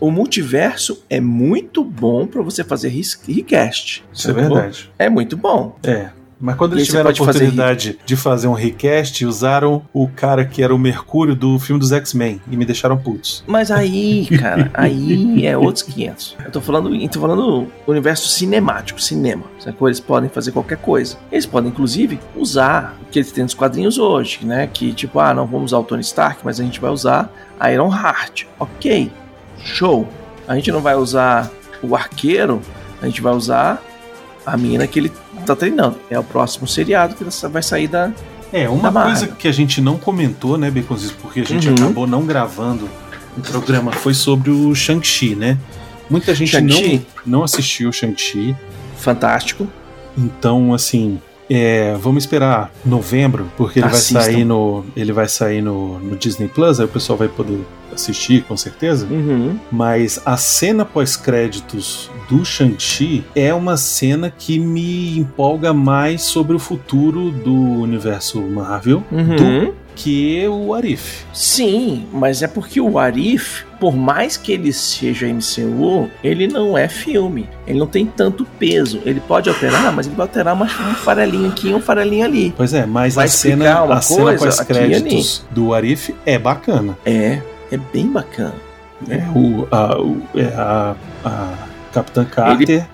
[SPEAKER 2] O multiverso é muito bom pra você fazer ris- request.
[SPEAKER 3] Isso é
[SPEAKER 2] sacou?
[SPEAKER 3] verdade.
[SPEAKER 2] É muito bom.
[SPEAKER 3] É. Mas
[SPEAKER 2] E
[SPEAKER 3] quando eles
[SPEAKER 2] aí você
[SPEAKER 3] tiveram a
[SPEAKER 2] pode fazer
[SPEAKER 3] oportunidade de fazer um request, usaram o cara que era o Mercúrio do filme dos X-Men e me deixaram putos.
[SPEAKER 2] Mas aí, cara, aí é outros 500. Eu tô falando, eu tô falando universo cinemático, cinema. Sacou? Eles podem fazer qualquer coisa. Eles podem, inclusive, usar o que eles têm nos quadrinhos hoje, né? Que tipo, ah, não vamos usar o Tony Stark, mas a gente vai usar a Iron Heart. Ok, show. A gente não vai usar o arqueiro, a gente vai usar a mina que ele tá treinando. É o próximo seriado que vai sair da.
[SPEAKER 3] É, uma
[SPEAKER 2] Da Marvel.
[SPEAKER 3] coisa que a gente não comentou, né, Beconzitos, porque a gente
[SPEAKER 2] Tá Uhum.
[SPEAKER 3] acabou não gravando o programa, foi sobre o Shang-Chi, né? Muita gente não,
[SPEAKER 2] Shang-Chi.
[SPEAKER 3] não assistiu o Shang-Chi,
[SPEAKER 2] Fantástico.
[SPEAKER 3] então, assim, é, vamos esperar novembro, porque ele vai,
[SPEAKER 2] Assistam.
[SPEAKER 3] sair no, ele vai sair no, no Disney Plus, aí o pessoal vai poder assistir, com certeza.
[SPEAKER 2] Uhum.
[SPEAKER 3] Mas a cena pós-créditos do Shang-Chi é uma cena que me empolga mais sobre o futuro do universo Marvel
[SPEAKER 2] Uhum.
[SPEAKER 3] que o Arif.
[SPEAKER 2] Sim, mas é porque o Arif, por mais que ele seja MCU, ele não é filme. Ele não tem tanto peso. Ele pode alterar, mas ele vai alterar uma, um farelinho aqui e um farelinho ali.
[SPEAKER 3] Pois é, mas
[SPEAKER 2] Vai
[SPEAKER 3] a
[SPEAKER 2] explicar
[SPEAKER 3] cena,
[SPEAKER 2] uma
[SPEAKER 3] a cena
[SPEAKER 2] coisa
[SPEAKER 3] pós-créditos do Arif é bacana.
[SPEAKER 2] É, é bem bacana. né?
[SPEAKER 3] É o, a, o- é a- a Capitã Carter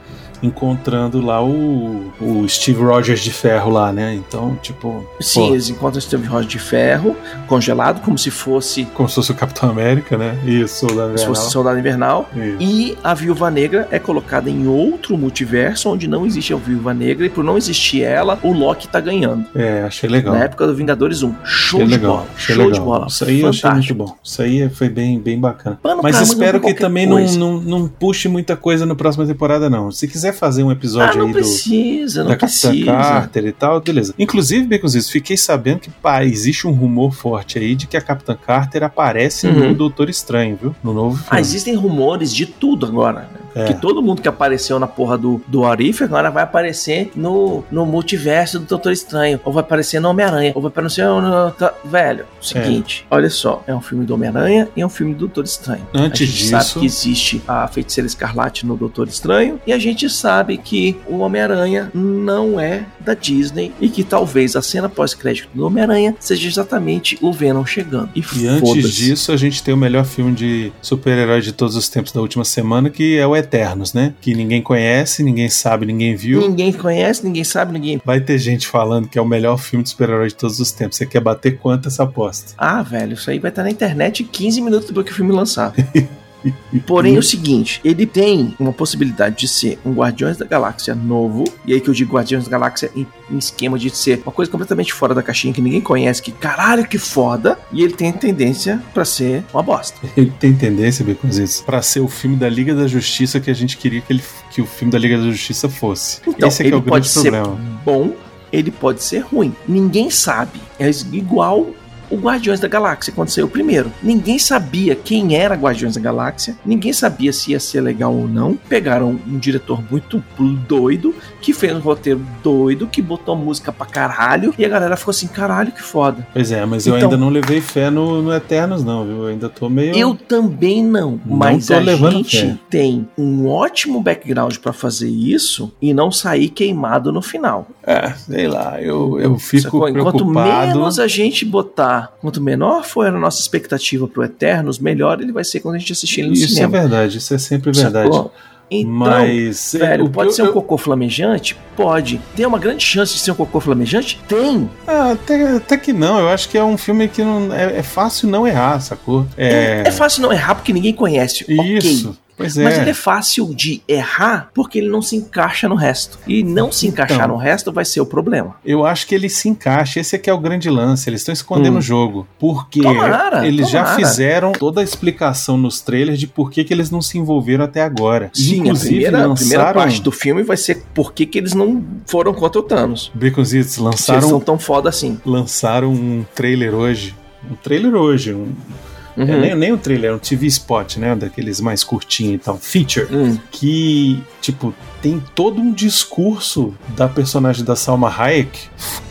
[SPEAKER 3] encontrando lá o, o Steve Rogers de ferro lá, né? Então, tipo,
[SPEAKER 2] Sim,
[SPEAKER 3] Pô.
[SPEAKER 2] eles encontram Steve Rogers de ferro, congelado, como se fosse,
[SPEAKER 3] como se fosse o Capitão América, né? Isso, da
[SPEAKER 2] se fosse Soldado Invernal. E a Viúva Negra é colocada em outro multiverso onde não existe a Viúva Negra e por não existir ela, o Loki tá ganhando.
[SPEAKER 3] É, achei legal.
[SPEAKER 2] Na época do Vingadores 1. Show
[SPEAKER 3] Achei
[SPEAKER 2] de
[SPEAKER 3] legal,
[SPEAKER 2] bola.
[SPEAKER 3] achei
[SPEAKER 2] Show de
[SPEAKER 3] legal.
[SPEAKER 2] bola.
[SPEAKER 3] Isso aí eu achei muito
[SPEAKER 2] Fantástico.
[SPEAKER 3] bom. Isso aí foi bem, bem bacana.
[SPEAKER 2] Pano
[SPEAKER 3] Mas
[SPEAKER 2] pra manga
[SPEAKER 3] espero
[SPEAKER 2] pra
[SPEAKER 3] que
[SPEAKER 2] qualquer
[SPEAKER 3] também não,
[SPEAKER 2] coisa.
[SPEAKER 3] não, não puxe muita coisa na próxima temporada, não. Se quiser fazer um
[SPEAKER 2] Ah,
[SPEAKER 3] episódio
[SPEAKER 2] não
[SPEAKER 3] aí
[SPEAKER 2] precisa,
[SPEAKER 3] do,
[SPEAKER 2] não
[SPEAKER 3] da Capitã
[SPEAKER 2] precisa.
[SPEAKER 3] Carter e tal, beleza. Inclusive, Beconzitos, fiquei sabendo que pá, existe um rumor forte aí de que a Capitã Carter aparece no
[SPEAKER 2] Uhum.
[SPEAKER 3] Doutor Estranho, viu? No novo filme.
[SPEAKER 2] Ah, existem rumores de tudo agora. né?
[SPEAKER 3] É.
[SPEAKER 2] Que todo mundo que apareceu na porra do, do Arif agora vai aparecer no, no multiverso do Doutor Estranho. Ou vai aparecer no Homem-Aranha. Ou vai aparecer no. no- tá- velho,
[SPEAKER 3] É.
[SPEAKER 2] seguinte, olha só. É um filme do Homem-Aranha e é um filme do Doutor Estranho.
[SPEAKER 3] Antes
[SPEAKER 2] a gente
[SPEAKER 3] disso-
[SPEAKER 2] sabe que existe a feiticeira escarlate no Doutor Estranho. E a gente sabe que o Homem-Aranha não é da Disney. E que talvez a cena pós-crédito do Homem-Aranha seja exatamente o Venom chegando. E,
[SPEAKER 3] E antes
[SPEAKER 2] foda-se.
[SPEAKER 3] disso, a gente tem o melhor filme de super-herói de todos os tempos da última semana, que é o Eternos, né? Que ninguém conhece, ninguém sabe, ninguém viu.
[SPEAKER 2] Ninguém conhece, ninguém sabe, ninguém.
[SPEAKER 3] Vai ter gente falando que é o melhor filme de super-herói de todos os tempos. Você quer bater quanto essa aposta?
[SPEAKER 2] Ah, velho, isso aí vai estar na internet em 15 minutos depois que o filme lançar.
[SPEAKER 3] Uhum.
[SPEAKER 2] Porém, é o seguinte, ele tem uma possibilidade de ser um Guardiões da Galáxia novo, e aí que eu digo Guardiões da Galáxia em, em esquema de ser uma coisa completamente fora da caixinha que ninguém conhece, que caralho que foda, e ele tem tendência pra ser uma bosta.
[SPEAKER 3] Ele tem tendência, Beconzitos, pra ser o filme da Liga da Justiça que a gente queria que, ele, que o filme da Liga da Justiça fosse.
[SPEAKER 2] Então,
[SPEAKER 3] Esse é que
[SPEAKER 2] ele
[SPEAKER 3] é o
[SPEAKER 2] pode
[SPEAKER 3] grande
[SPEAKER 2] ser
[SPEAKER 3] problema.
[SPEAKER 2] bom, ele pode ser ruim. Ninguém sabe. É igual o Guardiões da Galáxia, quando saiu o primeiro. Ninguém sabia quem era Guardiões da Galáxia, ninguém sabia se ia ser legal ou não. Pegaram um diretor muito doido, que fez um roteiro doido, que botou música pra caralho, e a galera ficou assim, caralho, que foda.
[SPEAKER 3] Pois é, mas eu
[SPEAKER 2] Então-
[SPEAKER 3] ainda não levei fé no, no Eternos, não, viu? Eu ainda tô meio.
[SPEAKER 2] Eu também não,
[SPEAKER 3] Não
[SPEAKER 2] mas
[SPEAKER 3] tô
[SPEAKER 2] a
[SPEAKER 3] levando
[SPEAKER 2] gente
[SPEAKER 3] fé.
[SPEAKER 2] tem um ótimo background pra fazer isso e não sair queimado no final.
[SPEAKER 3] É, sei lá, eu, eu fico
[SPEAKER 2] Sacou? Enquanto
[SPEAKER 3] preocupado.
[SPEAKER 2] menos a gente botar, quanto menor for a nossa expectativa pro Eternos, melhor ele vai ser quando a gente assistir ele no
[SPEAKER 3] Isso é
[SPEAKER 2] cinema.
[SPEAKER 3] verdade, isso é sempre verdade.
[SPEAKER 2] Sacou? Então,
[SPEAKER 3] mas. é,
[SPEAKER 2] velho,
[SPEAKER 3] o que
[SPEAKER 2] pode
[SPEAKER 3] eu-
[SPEAKER 2] ser um
[SPEAKER 3] eu-
[SPEAKER 2] cocô flamejante? Pode. Tem uma grande chance de ser um cocô flamejante? Tem.
[SPEAKER 3] Ah, até, até que não, eu acho que é um filme que não é, é fácil não errar, sacou?
[SPEAKER 2] Então, É fácil não errar porque ninguém conhece. Ok.
[SPEAKER 3] Isso. Pois é.
[SPEAKER 2] Mas ele é fácil de errar porque ele não se encaixa no resto. E não se encaixar no
[SPEAKER 3] Então.
[SPEAKER 2] resto vai ser o problema.
[SPEAKER 3] Eu acho que ele se encaixa. Esse aqui é o grande lance. Eles estão escondendo
[SPEAKER 2] Hum.
[SPEAKER 3] o jogo. Porque
[SPEAKER 2] Tomara,
[SPEAKER 3] eles já
[SPEAKER 2] tomara.
[SPEAKER 3] fizeram toda a explicação nos trailers de por que, que eles não se envolveram até agora.
[SPEAKER 2] Sim, a
[SPEAKER 3] Inclusive,
[SPEAKER 2] primeira, a primeira
[SPEAKER 3] lançaram.
[SPEAKER 2] parte do filme vai ser por que, que eles não foram contra o Thanos.
[SPEAKER 3] Baconzitos,
[SPEAKER 2] Se eles
[SPEAKER 3] lançaram,
[SPEAKER 2] são tão foda assim.
[SPEAKER 3] lançaram um trailer hoje. Um trailer hoje. Um,
[SPEAKER 2] Uhum.
[SPEAKER 3] é, nem, nem um trailer, é um TV spot, né? Daqueles mais curtinho e tal. Feature.
[SPEAKER 2] Hum.
[SPEAKER 3] que, tipo, tem todo um discurso da personagem da Salma Hayek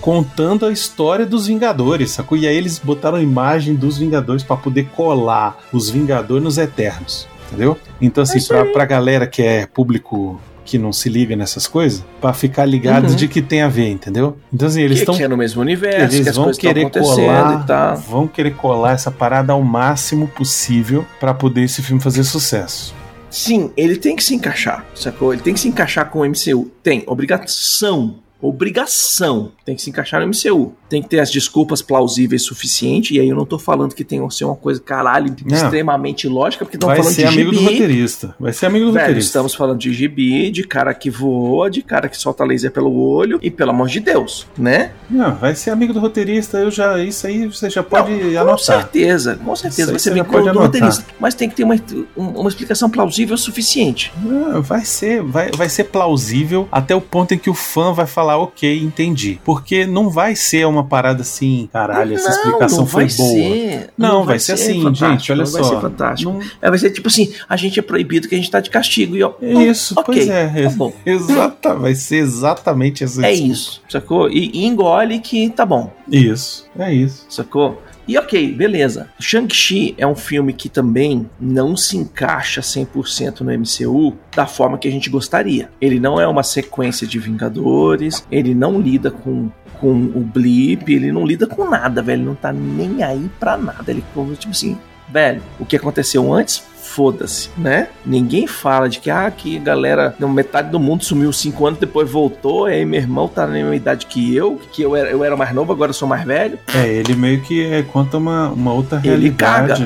[SPEAKER 3] contando a história dos Vingadores, sacou? E aí eles botaram a imagem dos Vingadores pra poder colar os Vingadores nos Eternos, entendeu? Então, assim, pra, pra galera que é público que não se liga nessas coisas, pra ficar ligado
[SPEAKER 2] Uhum.
[SPEAKER 3] de que tem a ver, entendeu? Então, assim, eles
[SPEAKER 2] que,
[SPEAKER 3] estão
[SPEAKER 2] que é no mesmo universo,
[SPEAKER 3] eles
[SPEAKER 2] que as
[SPEAKER 3] vão
[SPEAKER 2] coisas estão
[SPEAKER 3] querer
[SPEAKER 2] acontecendo
[SPEAKER 3] colar,
[SPEAKER 2] e tal.
[SPEAKER 3] vão querer colar essa parada ao máximo possível pra poder esse filme fazer sucesso.
[SPEAKER 2] Sim, ele tem que se encaixar, sacou? Ele tem que se encaixar com o MCU. Tem, obrigação. Obrigação. Tem que se encaixar no MCU. Tem que ter as desculpas plausíveis suficiente. E aí eu não tô falando que tem que ser uma coisa, caralho,
[SPEAKER 3] Não.
[SPEAKER 2] extremamente lógica, porque estão
[SPEAKER 3] Vai
[SPEAKER 2] falando
[SPEAKER 3] ser
[SPEAKER 2] de
[SPEAKER 3] amigo do
[SPEAKER 2] gibi.
[SPEAKER 3] roteirista. Vai ser amigo do
[SPEAKER 2] Velho,
[SPEAKER 3] roteirista.
[SPEAKER 2] estamos falando de gibi, de cara que voa, de cara que solta laser pelo olho, e pelo amor de Deus, né?
[SPEAKER 3] Não, vai ser amigo do roteirista, eu já. Isso aí você já pode
[SPEAKER 2] Com
[SPEAKER 3] anotar.
[SPEAKER 2] certeza, com
[SPEAKER 3] Isso aí
[SPEAKER 2] certeza. Vai
[SPEAKER 3] você
[SPEAKER 2] ser bem
[SPEAKER 3] já pode
[SPEAKER 2] do
[SPEAKER 3] anotar.
[SPEAKER 2] roteirista. Mas tem que ter uma, um- uma explicação plausível suficiente.
[SPEAKER 3] Ah, Vai ser, vai, vai ser plausível até o ponto em que o fã vai falar, ok, entendi. Porque não vai ser uma parada assim, caralho, essa explicação
[SPEAKER 2] não
[SPEAKER 3] foi
[SPEAKER 2] vai
[SPEAKER 3] boa.
[SPEAKER 2] Ser,
[SPEAKER 3] Não, vai ser assim,
[SPEAKER 2] fantástico,
[SPEAKER 3] gente, olha
[SPEAKER 2] não Vai
[SPEAKER 3] só.
[SPEAKER 2] ser fantástico.
[SPEAKER 3] Não-
[SPEAKER 2] É, Vai ser tipo assim, a gente é proibido que a gente tá de castigo. E ó,
[SPEAKER 3] é isso,
[SPEAKER 2] ok,
[SPEAKER 3] pois é.
[SPEAKER 2] Tá bom.
[SPEAKER 3] é- Exata, vai ser exatamente essa
[SPEAKER 2] É isso, sacou? E, e engole que tá bom,
[SPEAKER 3] Isso, é isso.
[SPEAKER 2] sacou? E ok, beleza. Shang-Chi é um filme que também não se encaixa 100% no MCU da forma que a gente gostaria. Ele não é uma sequência de Vingadores, ele não lida com, com o blip, ele não lida com nada, velho. Ele não tá nem aí pra nada. Ele, como, tipo assim, velho, o que aconteceu antes, foda-se, né? Ninguém fala de que, ah, que a galera, não, metade do mundo sumiu cinco anos, depois voltou, e aí meu irmão tá na mesma idade que eu, que eu era, eu era mais novo, agora eu sou mais velho.
[SPEAKER 3] É, ele meio que é, conta uma, uma outra
[SPEAKER 2] Ele
[SPEAKER 3] realidade,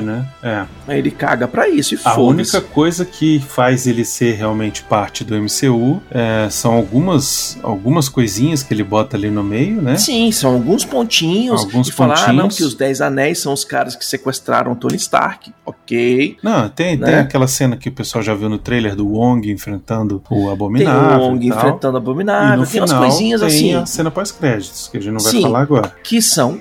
[SPEAKER 2] caga.
[SPEAKER 3] né? É.
[SPEAKER 2] Aí ele caga pra isso e
[SPEAKER 3] A única
[SPEAKER 2] foda-se.
[SPEAKER 3] coisa que faz ele ser realmente parte do MCU é, são algumas, algumas coisinhas que ele bota ali no meio, né?
[SPEAKER 2] Sim, são alguns pontinhos.
[SPEAKER 3] Alguns
[SPEAKER 2] e falar, ah, não,
[SPEAKER 3] pontinhos.
[SPEAKER 2] que os Dez Anéis são os caras que sequestraram Tony Stark. Ok.
[SPEAKER 3] Não, tem,
[SPEAKER 2] Né?
[SPEAKER 3] tem aquela cena que o pessoal já viu no trailer do Wong enfrentando o
[SPEAKER 2] Tem
[SPEAKER 3] Abominável.
[SPEAKER 2] o Wong
[SPEAKER 3] e tal.
[SPEAKER 2] enfrentando a
[SPEAKER 3] E no
[SPEAKER 2] Abominável. Tem
[SPEAKER 3] final
[SPEAKER 2] umas coisinhas
[SPEAKER 3] tem
[SPEAKER 2] assim
[SPEAKER 3] a cena pós-créditos, que a gente não vai
[SPEAKER 2] Sim.
[SPEAKER 3] falar agora.
[SPEAKER 2] que são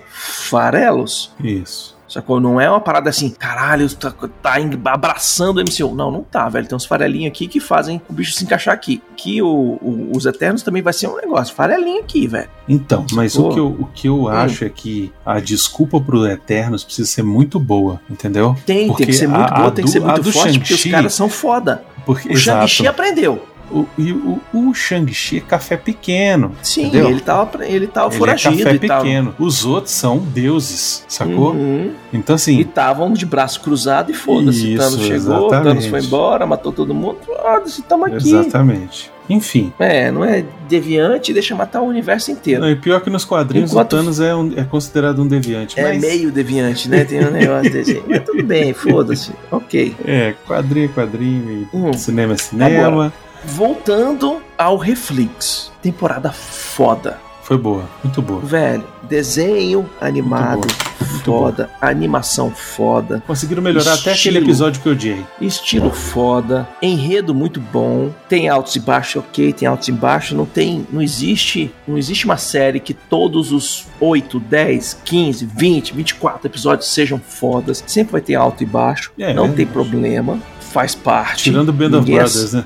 [SPEAKER 2] farelos.
[SPEAKER 3] Isso.
[SPEAKER 2] Sacou? Não é uma parada assim, caralho, tá, tá en- abraçando o MCU. Não, não tá, velho. Tem uns farelinhos aqui que fazem o bicho se encaixar aqui. Que o- o- os Eternos também vai ser um negócio. Farelinho aqui, velho.
[SPEAKER 3] Então, mas o
[SPEAKER 2] Pô. Hum.
[SPEAKER 3] que, eu, o que eu acho é que a desculpa pro Eternos precisa ser muito boa, entendeu?
[SPEAKER 2] Tem,
[SPEAKER 3] Porque
[SPEAKER 2] tem que ser muito
[SPEAKER 3] a- a
[SPEAKER 2] boa, tem que ser
[SPEAKER 3] do- a
[SPEAKER 2] muito
[SPEAKER 3] do
[SPEAKER 2] forte, porque os
[SPEAKER 3] Shang-Chi-
[SPEAKER 2] caras são foda.
[SPEAKER 3] Porque,
[SPEAKER 2] O Shang-Chi é aprendeu.
[SPEAKER 3] O, e o, o Shang-Chi é café pequeno.
[SPEAKER 2] Sim,
[SPEAKER 3] Entendeu?
[SPEAKER 2] ele tava, pre- ele tava
[SPEAKER 3] Ele é
[SPEAKER 2] foragido
[SPEAKER 3] café
[SPEAKER 2] e tal.
[SPEAKER 3] pequeno. Os outros são deuses, sacou?
[SPEAKER 2] Uhum.
[SPEAKER 3] Então,
[SPEAKER 2] E
[SPEAKER 3] assim,
[SPEAKER 2] estavam de braço cruzado e foda-se.
[SPEAKER 3] Isso,
[SPEAKER 2] Thanos chegou,
[SPEAKER 3] exatamente.
[SPEAKER 2] Thanos foi embora, matou todo mundo. Foda-se, tamo aqui.
[SPEAKER 3] exatamente. Enfim.
[SPEAKER 2] É, não é deviante, deixa matar o universo inteiro.
[SPEAKER 3] Não, e pior que nos quadrinhos,
[SPEAKER 2] Enquanto-
[SPEAKER 3] o Thanos é, um- é considerado um deviante.
[SPEAKER 2] É
[SPEAKER 3] mas,
[SPEAKER 2] meio deviante, né? Tem um negócio desse. Mas tudo bem, foda-se. Ok.
[SPEAKER 3] É, quadrinho é quadrinho,
[SPEAKER 2] Hum,
[SPEAKER 3] e cinema é cinema.
[SPEAKER 2] Voltando ao Reflex. Temporada foda.
[SPEAKER 3] Foi boa, muito boa.
[SPEAKER 2] Velho, desenho animado foda, animação foda,
[SPEAKER 3] Conseguiram melhorar até aquele
[SPEAKER 2] Estilo.
[SPEAKER 3] episódio que eu odiei.
[SPEAKER 2] estilo foda, enredo muito bom, tem altos e baixos, ok, tem altos e baixos, não tem, não existe, não existe uma série que todos os 8, 10, 15, 20, 24 episódios sejam fodas, sempre vai ter alto e baixo,
[SPEAKER 3] É,
[SPEAKER 2] não tem
[SPEAKER 3] verdade.
[SPEAKER 2] problema, faz parte.
[SPEAKER 3] Tirando o Band of
[SPEAKER 2] Ninguém é-
[SPEAKER 3] Brothers, né?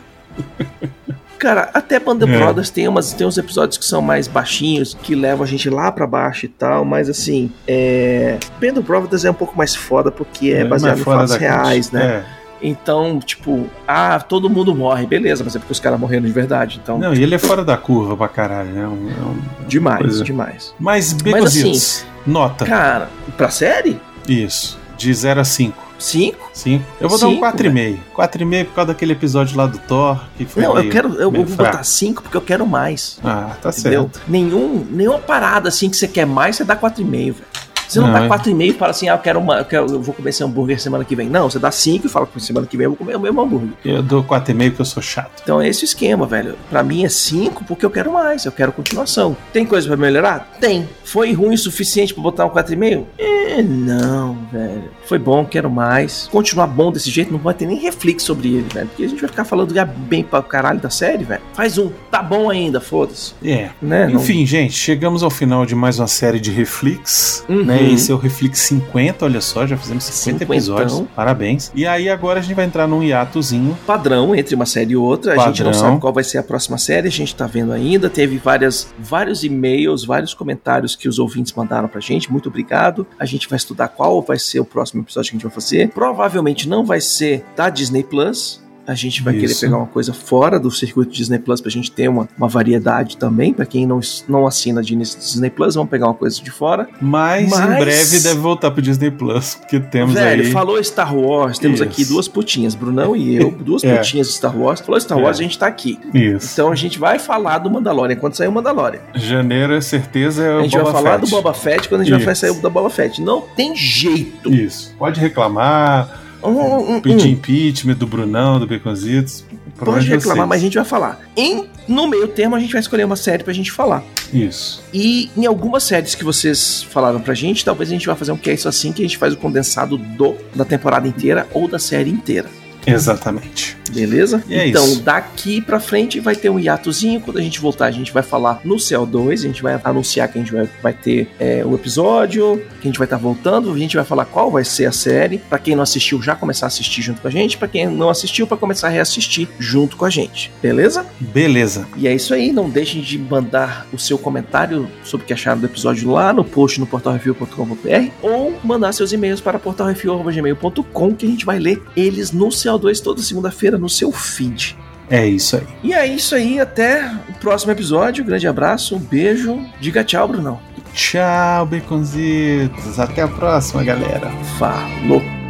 [SPEAKER 2] Cara, até Band of
[SPEAKER 3] É.
[SPEAKER 2] Brothers tem, umas, tem uns episódios que são mais baixinhos, que levam a gente lá pra baixo e tal, mas assim, é... Band of Brothers é um pouco mais foda porque é,
[SPEAKER 3] mas
[SPEAKER 2] baseado em
[SPEAKER 3] fora
[SPEAKER 2] fatos
[SPEAKER 3] da caixa.
[SPEAKER 2] reais, né?
[SPEAKER 3] É.
[SPEAKER 2] Então, tipo, ah, todo mundo morre, beleza, mas é porque os caras morreram de verdade, então,
[SPEAKER 3] Não, e ele é fora da curva pra caralho, né? Um- é um-
[SPEAKER 2] demais,
[SPEAKER 3] Pois é.
[SPEAKER 2] demais. assim,
[SPEAKER 3] Mas, Baconzitos, nota.
[SPEAKER 2] Cara, pra série?
[SPEAKER 3] Isso. De 0 a 5.
[SPEAKER 2] Cinco?
[SPEAKER 3] 5. Eu vou dar um
[SPEAKER 2] Cinco, né?
[SPEAKER 3] 4,5. 4,5 por causa daquele episódio lá do Thor, que foi.
[SPEAKER 2] Não, eu
[SPEAKER 3] meio-
[SPEAKER 2] quero, eu,
[SPEAKER 3] meio
[SPEAKER 2] vou botar
[SPEAKER 3] fraco.
[SPEAKER 2] cinco porque eu quero mais.
[SPEAKER 3] Ah, tá
[SPEAKER 2] Entendeu?
[SPEAKER 3] certo.
[SPEAKER 2] Nenhum, nenhuma parada assim que você quer mais, você dá 4,5, velho. Você não,
[SPEAKER 3] Não,
[SPEAKER 2] dá
[SPEAKER 3] é.
[SPEAKER 2] 4,5 e fala assim, ah, eu quero uma. Eu, quero- eu vou comer esse hambúrguer semana que vem. Não, você dá 5 e fala que semana que vem eu vou comer o mesmo hambúrguer.
[SPEAKER 3] Eu dou 4,5 porque eu sou chato.
[SPEAKER 2] Então é esse o esquema, velho. Pra mim é 5 porque eu quero mais, eu quero continuação. Tem coisa pra melhorar? Tem. Foi ruim o suficiente pra botar um 4,5? É, não, velho. Foi bom, quero mais. Continuar bom desse jeito, não vai ter nem reflexo sobre ele, velho. Porque a gente vai ficar falando já bem pra caralho da série, velho. Faz um, tá bom ainda, foda-se.
[SPEAKER 3] É.
[SPEAKER 2] Né? Não-
[SPEAKER 3] Enfim, gente, chegamos ao final de mais uma série de Reflex.
[SPEAKER 2] Uhum.
[SPEAKER 3] Né? Esse é o Reflex 50, olha só, já fizemos 50
[SPEAKER 2] Cinquentão.
[SPEAKER 3] episódios. Parabéns. E aí agora a gente vai entrar num hiatozinho.
[SPEAKER 2] padrão entre uma série e outra. A gente não
[SPEAKER 3] Padrão.
[SPEAKER 2] sabe qual vai ser a próxima série, a gente tá vendo ainda. Teve várias, vários e-mails, vários comentários que os ouvintes mandaram pra gente. Muito obrigado. A gente vai estudar qual vai ser o próximo episódio que a gente vai fazer. Provavelmente não vai ser da Disney Plus. A gente vai querer
[SPEAKER 3] Isso.
[SPEAKER 2] pegar uma coisa fora do circuito Disney Plus pra gente ter uma, uma variedade também. Pra quem não, não assina Disney Plus, vamos pegar uma coisa de fora.
[SPEAKER 3] Mas, em
[SPEAKER 2] Mas-
[SPEAKER 3] breve deve voltar pro Disney Plus, porque temos
[SPEAKER 2] Velho,
[SPEAKER 3] aí.
[SPEAKER 2] falou Star Wars, temos
[SPEAKER 3] Isso.
[SPEAKER 2] aqui duas putinhas, Brunão e eu, duas
[SPEAKER 3] É.
[SPEAKER 2] putinhas de Star Wars. Falou Star
[SPEAKER 3] É.
[SPEAKER 2] Wars, a gente tá aqui.
[SPEAKER 3] Isso.
[SPEAKER 2] Então a gente vai falar do Mandalorian quando sair o Mandalorian.
[SPEAKER 3] Janeiro é certeza é o
[SPEAKER 2] Então- A gente
[SPEAKER 3] Boba
[SPEAKER 2] vai falar
[SPEAKER 3] Fett.
[SPEAKER 2] do Boba Fett quando a gente vai
[SPEAKER 3] Isso.
[SPEAKER 2] sair da Boba Fett. Não tem jeito.
[SPEAKER 3] Isso. Pode reclamar,
[SPEAKER 2] Hum, hum, hum.
[SPEAKER 3] pedir impeachment do Brunão, do Beconzitos.
[SPEAKER 2] Pode reclamar, mas a
[SPEAKER 3] mas
[SPEAKER 2] gente vai falar. Em, no meio termo, a gente vai escolher uma série pra gente falar.
[SPEAKER 3] Isso.
[SPEAKER 2] E em algumas séries que vocês falaram pra gente, talvez a gente vai fazer um que é isso assim, que a gente faz o condensado do da temporada inteira ou da série inteira.
[SPEAKER 3] Exatamente.
[SPEAKER 2] Beleza?
[SPEAKER 3] E é
[SPEAKER 2] então,
[SPEAKER 3] isso.
[SPEAKER 2] daqui pra frente vai ter um hiatozinho. Quando a gente voltar, a gente vai falar no CO2. A gente vai anunciar que a gente vai, vai ter é, o episódio, que a gente vai estar voltando. A gente vai falar qual vai ser a série. Pra quem não assistiu, já começar a assistir junto com a gente. Pra quem não assistiu, pra começar a reassistir junto com a gente. Beleza?
[SPEAKER 3] Beleza.
[SPEAKER 2] E é isso aí, não deixem de mandar o seu comentário sobre o que acharam do episódio lá no post no portalreview.com.br ou mandar seus e-mails para portalreview.gmail.com que a gente vai ler eles no CO2 toda segunda-feira no seu feed.
[SPEAKER 3] É isso aí.
[SPEAKER 2] E é isso aí, até o próximo episódio. Grande abraço, um beijo. Diga tchau, Brunão.
[SPEAKER 3] Tchau, Beconzitos. Até a próxima, galera.
[SPEAKER 2] Falou!